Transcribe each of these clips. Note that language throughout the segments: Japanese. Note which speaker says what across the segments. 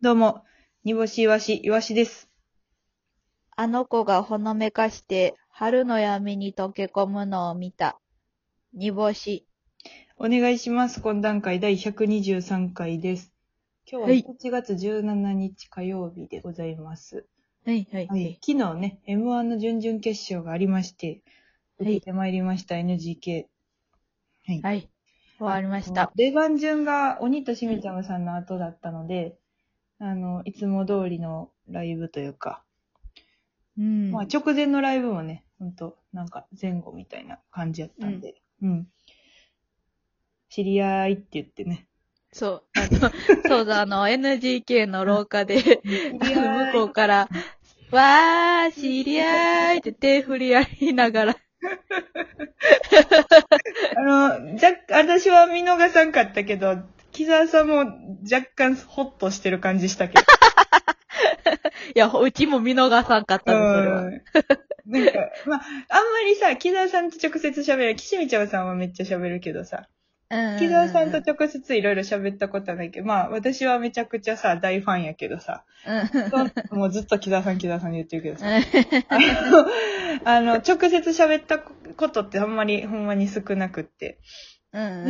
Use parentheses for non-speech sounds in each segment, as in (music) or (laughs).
Speaker 1: どうも、煮干しいわし、いわしです。
Speaker 2: あの子がほのめかして、春の闇に溶け込むのを見た。煮干し。
Speaker 1: お願いします。懇談会第123回です。今
Speaker 2: はい
Speaker 1: 日は1月17日火曜日でございます。
Speaker 2: はいはい。
Speaker 1: はい、昨日ね、M1 の準々決勝がありまして、
Speaker 2: はい
Speaker 1: 受けてまいりました、NGK。
Speaker 2: はい。終わりました。
Speaker 1: 出番順が鬼としめちゃむさんの後だったので、あの、いつも通りのライブというか、
Speaker 2: うん。
Speaker 1: まあ直前のライブもね、ほんと、なんか前後みたいな感じやったんで、うん。知り合いって言ってね。
Speaker 2: そう。あの、 (laughs) そうだ、あの、NGK の廊下で、
Speaker 1: 向
Speaker 2: あの向こうから、わー、知り合いって手振り合いながら、
Speaker 1: あの、じゃ、私は見逃さんかったけど、木沢さんも若干ホッとしてる感じした
Speaker 2: (laughs)
Speaker 1: けど。
Speaker 2: いや、うちも見逃さんかった
Speaker 1: うん
Speaker 2: です、それは。
Speaker 1: ん。なんか、まあ、あんまりさ、木沢さんと直接喋る、岸見ちゃんさんはめっちゃ喋るけどさ、
Speaker 2: うん
Speaker 1: 木沢さんと直接いろいろ喋ったことはないけど、まあ、私はめちゃくちゃさ、大ファンやけどさ、
Speaker 2: うん
Speaker 1: もうずっと木沢さん木沢さん言ってるけどさ、
Speaker 2: うん
Speaker 1: あの、あの直接喋ったことってあんまり、ほんまに少なくって。
Speaker 2: うん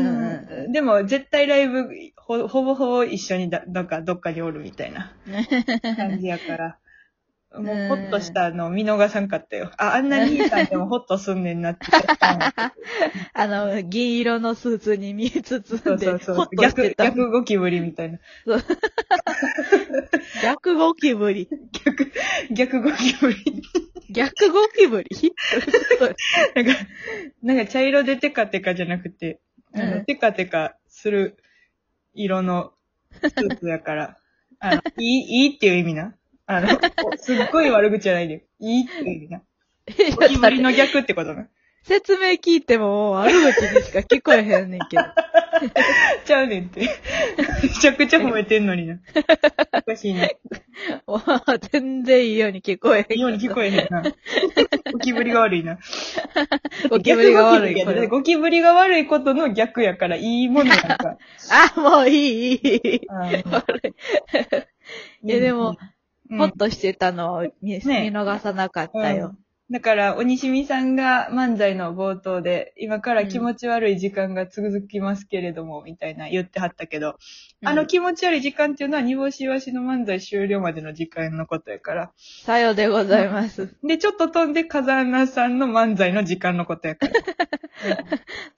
Speaker 2: うん
Speaker 1: でも、絶対ライブほ、ほぼほぼ一緒にだ、なんか、どっかにおるみたいな感じやから。もう、
Speaker 2: うん
Speaker 1: ホッとしたの見逃さんかったよ。あ、あんな兄さんでもホッとすんねんなって。
Speaker 2: (laughs) あの、銀色のスーツに見えつつ
Speaker 1: そ
Speaker 2: ん
Speaker 1: うそ
Speaker 2: で、
Speaker 1: うそ
Speaker 2: ほ
Speaker 1: う
Speaker 2: っ。として
Speaker 1: 逆、
Speaker 2: た。
Speaker 1: 逆ゴキブリみたいな。
Speaker 2: 逆ゴキブリ。
Speaker 1: 逆、逆ゴキブリ。
Speaker 2: 逆ゴキブリ
Speaker 1: (laughs) なんか、なんか茶色でテカテカじゃなくて、あの
Speaker 2: うん
Speaker 1: テカテカする色のスーツやから、あの、いい、いいっていう意味な。あの、おすっごい悪口じゃないで。いいっていう意味な。ゴキブリの逆ってことな。
Speaker 2: 説明聞いてももう悪口にしか聞こえへんねん
Speaker 1: (laughs)
Speaker 2: けど。
Speaker 1: ちゃうねんって。めちゃくちゃ褒めてんのにな。おかしいな。
Speaker 2: もう全然いいように聞こえへ
Speaker 1: い
Speaker 2: ん。
Speaker 1: いように聞こえへんな。ゴキブリが悪いな。
Speaker 2: ゴキブリが悪い。
Speaker 1: 逆ゴキブリ
Speaker 2: こ
Speaker 1: やで
Speaker 2: れ
Speaker 1: ゴキブリが悪いことの逆やから、いいものやんか。
Speaker 2: あ、もういい、いい、い
Speaker 1: あー
Speaker 2: (laughs) い。悪い。いやでも、、
Speaker 1: う
Speaker 2: ほっとしてたのを見見
Speaker 1: ね
Speaker 2: 逃さなかったよ。
Speaker 1: うんだから、鬼しみさんが漫才の冒頭で、今から気持ち悪い時間が続きますけれども、みたいな言ってはったけど、あ
Speaker 2: う
Speaker 1: の
Speaker 2: ん
Speaker 1: 気持ち悪い時間っていうのは、煮干しわしの漫才終了までの時間のことやから。
Speaker 2: さようでございます。
Speaker 1: で、ちょっと飛んで、風穴さんの漫才の時間のことやから。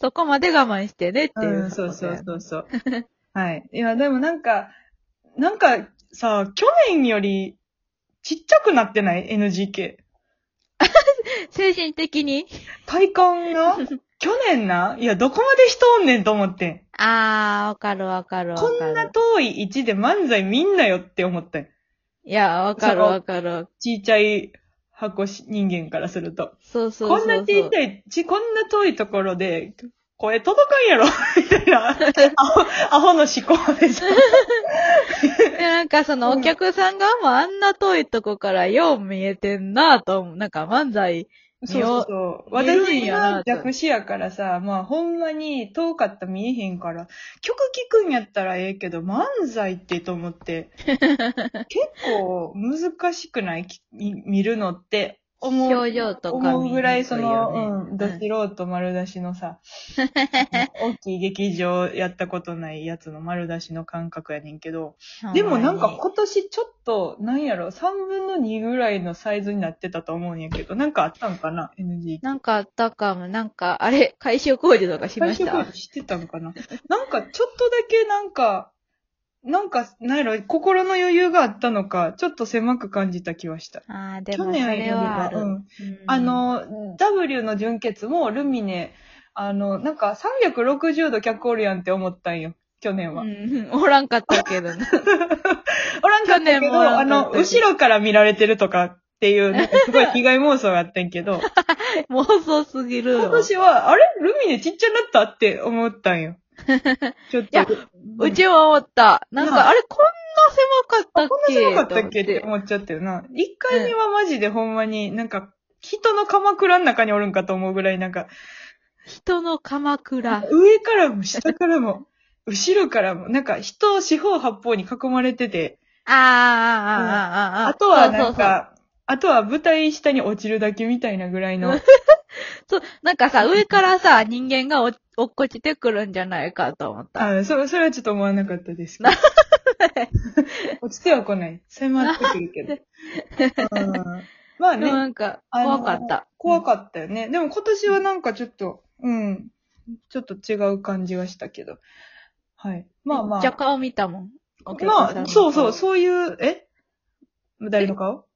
Speaker 2: そこまで我慢してねっていうう。
Speaker 1: ん、そうそう。そうそう。はい。いや、でもなんか、なんかさ、去年よりちっちゃくなってない ?NGK。
Speaker 2: 精神的に
Speaker 1: 体感 (laughs) が去年ないや、どこまで人おんねんと思ってん。
Speaker 2: あー、わかるわかるわか
Speaker 1: こ
Speaker 2: る。
Speaker 1: んな遠い位置で漫才見んなよって思ったよ。
Speaker 2: いや、わかるわかる。
Speaker 1: ちいちゃい箱し人間からすると。
Speaker 2: そうそうそうそう。
Speaker 1: こんなちいちゃい、ち、こんな遠いところで、声届かんやろ (laughs) みたいな、アホ、アホの思考でさ。
Speaker 2: でなんかそのお客さんがもうあんな遠いとこからよう見えてんなぁと思う。なんか漫才。
Speaker 1: そうそうそう。
Speaker 2: 見えるん
Speaker 1: 私
Speaker 2: やな
Speaker 1: は弱視やからさ、まあほんまに遠かったら見えへんから、曲聴くんやったらええけど、漫才ってと思って、
Speaker 2: (laughs)
Speaker 1: 結構難しくないき見るのって思う。
Speaker 2: 表情とか
Speaker 1: 思う
Speaker 2: 見にくいよね
Speaker 1: ぐらい、その、うん、ど素人丸出しの
Speaker 2: (laughs)
Speaker 1: さ、大きい劇場やったことないやつの丸出しの感覚やねんけど、でもなんか今年ちょっと、なんやろ、3分の2ぐらいのサイズになってたと思うんやけど、なんかあったんかな ?NG。
Speaker 2: なんかあったかも。なんか、あれ、改修工事とかしました。
Speaker 1: 知ってたんかななんかちょっとだけなんか、なんか、なんやろ、心の余裕があったのか、ちょっと狭く感じた気はした。
Speaker 2: ああ、で
Speaker 1: 去
Speaker 2: もそ
Speaker 1: 年より
Speaker 2: れはあ
Speaker 1: は、
Speaker 2: る。
Speaker 1: うん。
Speaker 2: うん
Speaker 1: あ、の、W の純潔もルミネ、あの、なんか360度客おるやんって思ったんよ、去年は。
Speaker 2: うん、おらんかったけどな。
Speaker 1: (laughs) おらんかった
Speaker 2: 去
Speaker 1: け
Speaker 2: 年もお
Speaker 1: ど、
Speaker 2: ら
Speaker 1: あ
Speaker 2: んかっ
Speaker 1: の、
Speaker 2: た
Speaker 1: 後ろから見られてるとかっていう、なんかすごい被害妄想があったんやけど、
Speaker 2: (laughs) 妄想すぎる
Speaker 1: 今
Speaker 2: よ。
Speaker 1: 年は、あれルミネちっちゃなったって思った
Speaker 2: (laughs)
Speaker 1: んよ。ちょっ
Speaker 2: いや
Speaker 1: と。
Speaker 2: うちは思った。なん
Speaker 1: な
Speaker 2: か、あれ、こんな狭かったっけ
Speaker 1: こんな狭かったっけっ
Speaker 2: と
Speaker 1: て
Speaker 2: 思
Speaker 1: 思っちゃったよな。一回目はマジでほんまに、なんか、人の鎌倉の中におるんかと思うぐらい、なんか、
Speaker 2: 人の鎌倉。
Speaker 1: 上 (laughs) からも下からも、後ろからも、なんか人を四方八方に囲まれてて、
Speaker 2: あーあー、あーあー、あーあー、
Speaker 1: あとはなん
Speaker 2: そうそうそう
Speaker 1: か、あとは舞台下に落ちるだけみたいなぐらい
Speaker 2: (laughs)
Speaker 1: の。
Speaker 2: そう、なんかさ、上からさ、人間がお落っこちてくるんじゃないかと思った。
Speaker 1: あそそれはちょっと思わなかったです (laughs)
Speaker 2: (laughs)
Speaker 1: けど。落ちては来ない。迫ってくるけど。うんまあ
Speaker 2: でもな
Speaker 1: ね、
Speaker 2: んか、
Speaker 1: あの
Speaker 2: 怖かった。
Speaker 1: 怖
Speaker 2: っ
Speaker 1: かったよね。でも今年はなんかちょっと、うん、ちょっと違う感じがしたけど。はい。まあま
Speaker 2: めっちゃ
Speaker 1: あ。
Speaker 2: 顔見たもん。お客さん
Speaker 1: ま
Speaker 2: の顔
Speaker 1: あ、そうそう、そういう、え誰の顔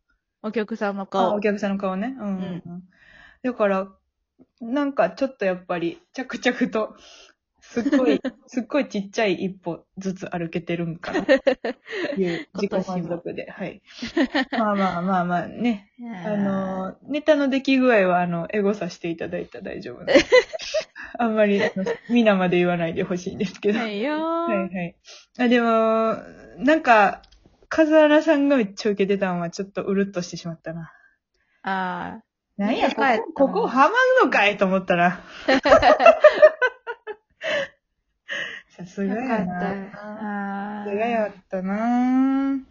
Speaker 2: お客さんの
Speaker 1: あ、お
Speaker 2: 顔。
Speaker 1: 客さんの顔ね。うんうんうん。だから、なんかちょっとやっぱり、着々と、すっ
Speaker 2: (laughs)
Speaker 1: ごい、すっごいちっちゃい一歩ずつ歩けてるんかな。い
Speaker 2: (laughs)
Speaker 1: う自己満足で。はい。まあまあまあまあ
Speaker 2: (laughs)
Speaker 1: ね。あの、ネタの出来具合は、あの、エゴさせていただいたら大丈
Speaker 2: (laughs)
Speaker 1: 夫なんで。あんまり、あの皆まで言わないでほしいんですけど。
Speaker 2: はいよー。
Speaker 1: はいはい。あ、でも、なんか、風原さんがめっちゃ受けてたんは、ちょっとうるっとしてしまったな。
Speaker 2: あ
Speaker 1: なんや、
Speaker 2: ね
Speaker 1: こ
Speaker 2: 帰った
Speaker 1: こ、ここハマんのかいと思ったら。 (laughs) さす
Speaker 2: あ、
Speaker 1: が
Speaker 2: よか
Speaker 1: や
Speaker 2: ったよ
Speaker 1: な。
Speaker 2: あ
Speaker 1: さすがや
Speaker 2: ー
Speaker 1: ったなう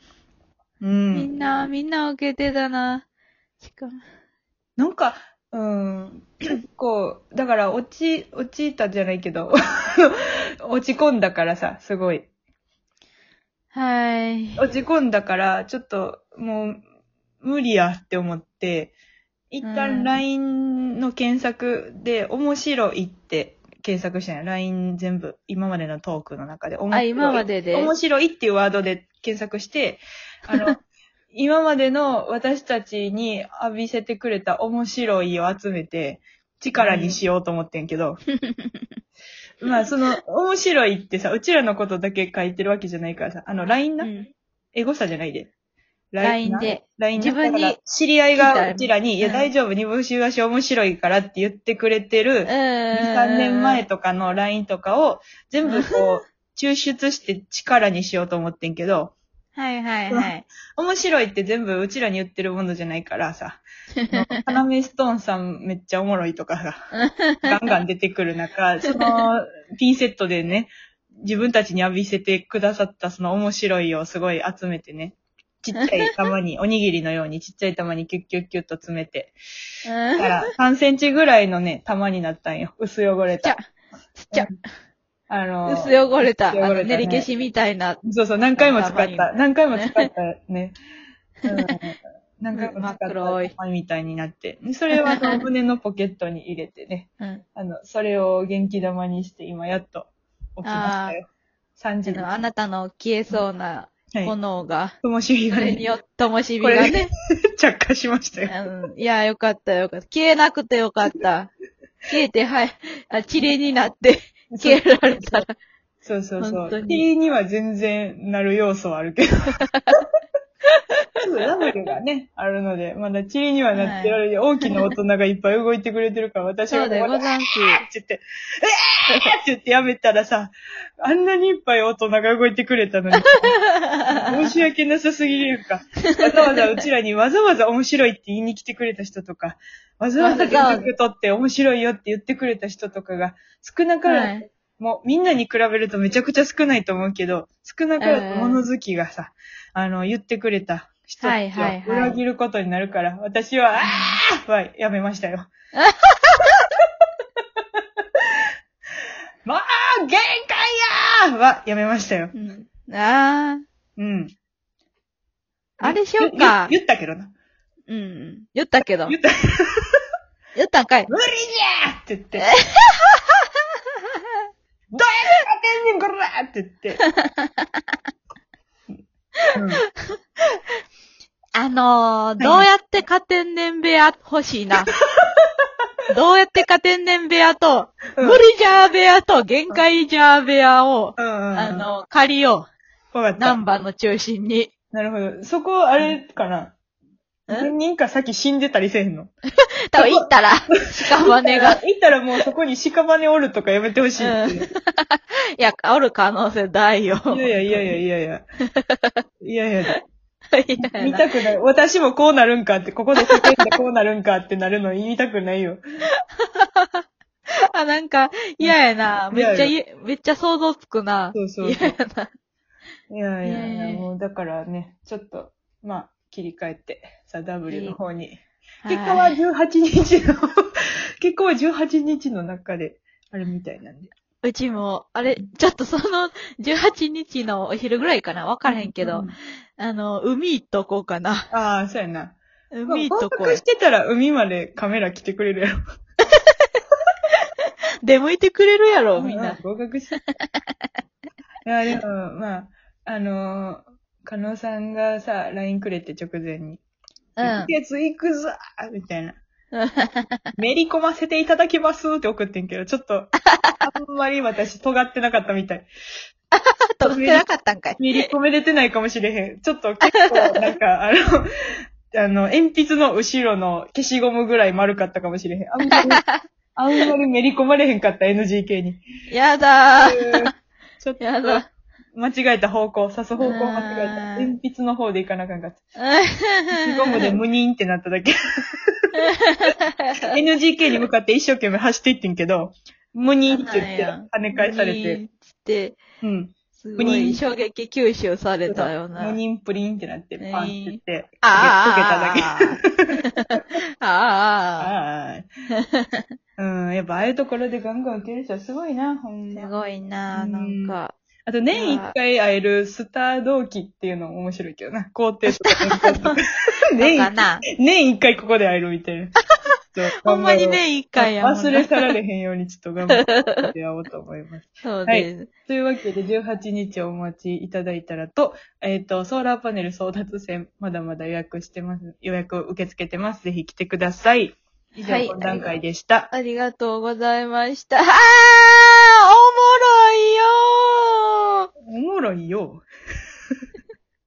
Speaker 2: みん
Speaker 1: ん。
Speaker 2: な、みんな受けてたな。しかも。
Speaker 1: なんか、うん、結構、だから、落ち、落ちたじゃないけど、 (laughs) 落ち込んだからさ、すごい。
Speaker 2: はい。
Speaker 1: 落ち込んだから、ちょっと、もう、無理やって思って、一
Speaker 2: う
Speaker 1: 旦
Speaker 2: ん
Speaker 1: LINE の検索で、面白いって検索したんや。LINE 全部、今までのトークの中で。面白い
Speaker 2: 今までで
Speaker 1: 面白いっていうワードで検索して、あ
Speaker 2: (laughs)
Speaker 1: の、今までの私たちに浴びせてくれた面白いを集めて、力にしようと思ってんけ
Speaker 2: (laughs)
Speaker 1: ど。まあ、その、面白いってさ、うちらのことだけ書いてるわけじゃないからさ、あの、LINE な、
Speaker 2: うん
Speaker 1: エゴサじゃないで。
Speaker 2: LINE で。
Speaker 1: LINE
Speaker 2: 自分に
Speaker 1: だから知り合いがうちら
Speaker 2: 聞
Speaker 1: に、
Speaker 2: い
Speaker 1: いや、
Speaker 2: たようん
Speaker 1: 大丈夫、煮干しわし面白いからって言ってくれて
Speaker 2: うん。
Speaker 1: る、2、3
Speaker 2: 3
Speaker 1: 年前とかの LINE とかを、全部こう、抽出して力にしようと思ってんけど、
Speaker 2: はいはいはい。
Speaker 1: 面白いって全部うちらに言ってるものじゃないから
Speaker 2: (laughs)
Speaker 1: さ、あの要ストーンさんめっちゃおもろいとかさ、
Speaker 2: (laughs)
Speaker 1: ガンガン出てくる中、その、ピンセットでね、自分たちに浴びせてくださったその面白いをすごい集めてね、ちっちゃい玉に、おにぎりのようにちっちゃい玉にキュッキュッキュッと詰めて、
Speaker 2: うん
Speaker 1: から3センチぐらいのね、玉になったんよ。薄汚れ
Speaker 2: (laughs) ち
Speaker 1: た
Speaker 2: ゃ。、ちっちゃ、
Speaker 1: あの、
Speaker 2: 薄汚れた、あ
Speaker 1: 薄汚れたね
Speaker 2: の、練り消しみたいな。
Speaker 1: そうそう、何回も使っ
Speaker 2: 頭
Speaker 1: た。何回も使った
Speaker 2: (laughs)
Speaker 1: ね。うん何回も使っ
Speaker 2: 真っ黒い
Speaker 1: た玉みたいになって。それはあの胸のポケットに入れてね。
Speaker 2: うん。
Speaker 1: あの、それを元気玉にして、今やっと起きましたよ。3
Speaker 2: あ
Speaker 1: 時
Speaker 2: の、
Speaker 1: の。
Speaker 2: あなたの消えそうな
Speaker 1: はい。
Speaker 2: 炎が、
Speaker 1: ともし火
Speaker 2: そ
Speaker 1: が
Speaker 2: れに
Speaker 1: ね、
Speaker 2: よって、灯火がね、
Speaker 1: 着火しましたよ。
Speaker 2: うん。いや、よかったよかった。消えなくてよかった。消えて、はい、あ、綺麗になって、消えられたら。
Speaker 1: そうそうそ
Speaker 2: 本当
Speaker 1: う。
Speaker 2: に
Speaker 1: 火には全然なる要素はあるけ
Speaker 2: (laughs)
Speaker 1: ど。すぐラブルがね、あるので、まだチリにはなってられる、大きな大人がいっぱい動いてくれてるから、私
Speaker 2: そ
Speaker 1: は
Speaker 2: うでご
Speaker 1: まだ
Speaker 2: ざんす。
Speaker 1: って言って、えーって言ってやめたらさ、あんなにいっぱい大人が動いてくれたのに、申し訳なさすぎるか。わざわざうちらにわざわざ面白いって言いに来てくれた人とか、わざわざ連絡取って面白いよって言ってくれた人とかが、少なからず、
Speaker 2: はい
Speaker 1: もうみんなに比べるとめちゃくちゃ少ないと思うけど、少なからず物好きがさ、あの、言ってくれた人た
Speaker 2: はい
Speaker 1: ち
Speaker 2: はい
Speaker 1: を
Speaker 2: はい
Speaker 1: 裏切ることになるから、私は、あーはやめました
Speaker 2: (laughs)
Speaker 1: よ。まあ、限界やーはやめましたよ。
Speaker 2: うん。あー、
Speaker 1: うん。
Speaker 2: あれしようか
Speaker 1: 言言ったけどな。
Speaker 2: うん。言ったけど。
Speaker 1: 言った。
Speaker 2: 言ったんかい。
Speaker 1: 無理にゃーって言
Speaker 2: (laughs)
Speaker 1: って。どうやってやってんねん、こらーって言
Speaker 2: (laughs)
Speaker 1: って。うん
Speaker 2: あのー、どうやって勝てんねん部屋欲しいな。どうやって勝てんねん部屋と、
Speaker 1: うん
Speaker 2: 無理じゃー部屋と、限界じゃー部屋を、
Speaker 1: うんうんうん。
Speaker 2: あの、借りよ
Speaker 1: わかっ
Speaker 2: う。
Speaker 1: た。
Speaker 2: ナンバーの中心に。
Speaker 1: なるほど。そこ、あれかな。
Speaker 2: うん
Speaker 1: 何人か先死んでたりせえへんの。
Speaker 2: 多分行ったら、
Speaker 1: (laughs)
Speaker 2: 屍が、
Speaker 1: いたらもうそこに屍おるとかやめてほしいっていう。
Speaker 2: いや、おる可能性大よ。
Speaker 1: いやい
Speaker 2: (laughs)
Speaker 1: やいやいやい (laughs) やいや。いやいや。
Speaker 2: いや
Speaker 1: 見たくない。私もこうなるんかって、ここで叫んでこうなるんかってなるの言いたくないよ。
Speaker 2: あ、なんか、嫌やな。めっちゃい、めっちゃ想像つくな。
Speaker 1: そうそうそう
Speaker 2: 嫌やな。
Speaker 1: いやいやいや、
Speaker 2: ねえ
Speaker 1: もうだからね、ちょっと、まあ、切り替えて、さ、W の方に。
Speaker 2: い
Speaker 1: 結果は18日の、結果は18日の中で、あれみたいなんで。
Speaker 2: うちも、あれ、ちょっとその18日のお昼ぐらいかなわからへんけど、
Speaker 1: うん
Speaker 2: あの、海行っとこうかな。
Speaker 1: ああ、そうやな。
Speaker 2: 海行っ
Speaker 1: 合
Speaker 2: とこう
Speaker 1: 格し。てたら海までカメラ来てくれるやろ。
Speaker 2: 出向いてくれるやろ、みんな。
Speaker 1: 合格して。いや、でも、まあ、あのー、加納さんがさ、LINE くれて直前に。
Speaker 2: うん。
Speaker 1: 月行くぞーみたい
Speaker 2: (laughs)
Speaker 1: な。めり込ませていただきますって送ってんけど、ちょっと、あんまり私尖ってなかったみたい。
Speaker 2: 撮ってなかったんかい。
Speaker 1: めり込めれてないかもしれへん。ちょっと結構、なんか、 (laughs) あの、あの、鉛筆の後ろの消しゴムぐらい丸かったかもしれへん。あんまり、あんまりめり込まれへんかった NGK
Speaker 2: (laughs)
Speaker 1: に。
Speaker 2: やだー。
Speaker 1: ちょっと、
Speaker 2: やだ。
Speaker 1: 間違えた方向、刺す方向間違えた。
Speaker 2: うーん
Speaker 1: 鉛筆の方で行かなあかんかった。消しゴムで
Speaker 2: う
Speaker 1: ムニーンってなっただけ。NGK に向かって一生懸命走っていってんけど、ムニーンって言って跳ね返されて、。
Speaker 2: つって、
Speaker 1: うん。
Speaker 2: す
Speaker 1: プ
Speaker 2: ご
Speaker 1: リン
Speaker 2: い衝撃吸収されたような。
Speaker 1: ムニーンプリンってなって、
Speaker 2: ね
Speaker 1: パンって言って、
Speaker 2: あ
Speaker 1: 溶けただけ。
Speaker 2: ああああああああ
Speaker 1: あ
Speaker 2: (laughs)
Speaker 1: あ。うん、やっぱああいうところでガンガン受ける人はすごいな、ほん
Speaker 2: す
Speaker 1: ま。
Speaker 2: ごいな、なんか。
Speaker 1: あと年一回会えるスター同期っていうのも面白いけど
Speaker 2: (laughs)
Speaker 1: な。皇帝とか皇帝とか。年
Speaker 2: なんか
Speaker 1: 一 (laughs)
Speaker 2: な。
Speaker 1: 年一回ここで会えるみたいな。
Speaker 2: ほんまに年一回やもんな
Speaker 1: 忘れ去られへんようにちょっと頑張って会おうと思い
Speaker 2: (laughs)
Speaker 1: ます。
Speaker 2: そうです。
Speaker 1: というわけで18日お待ちいただいたらと、えっ、と、ソーラーパネル争奪戦、まだまだ予約してます。予約受け付けてます。ぜひ来てください。以上、
Speaker 2: はい
Speaker 1: 懇談会でした。
Speaker 2: ありがとうございました。ああおもろいよー
Speaker 1: おもろいよ。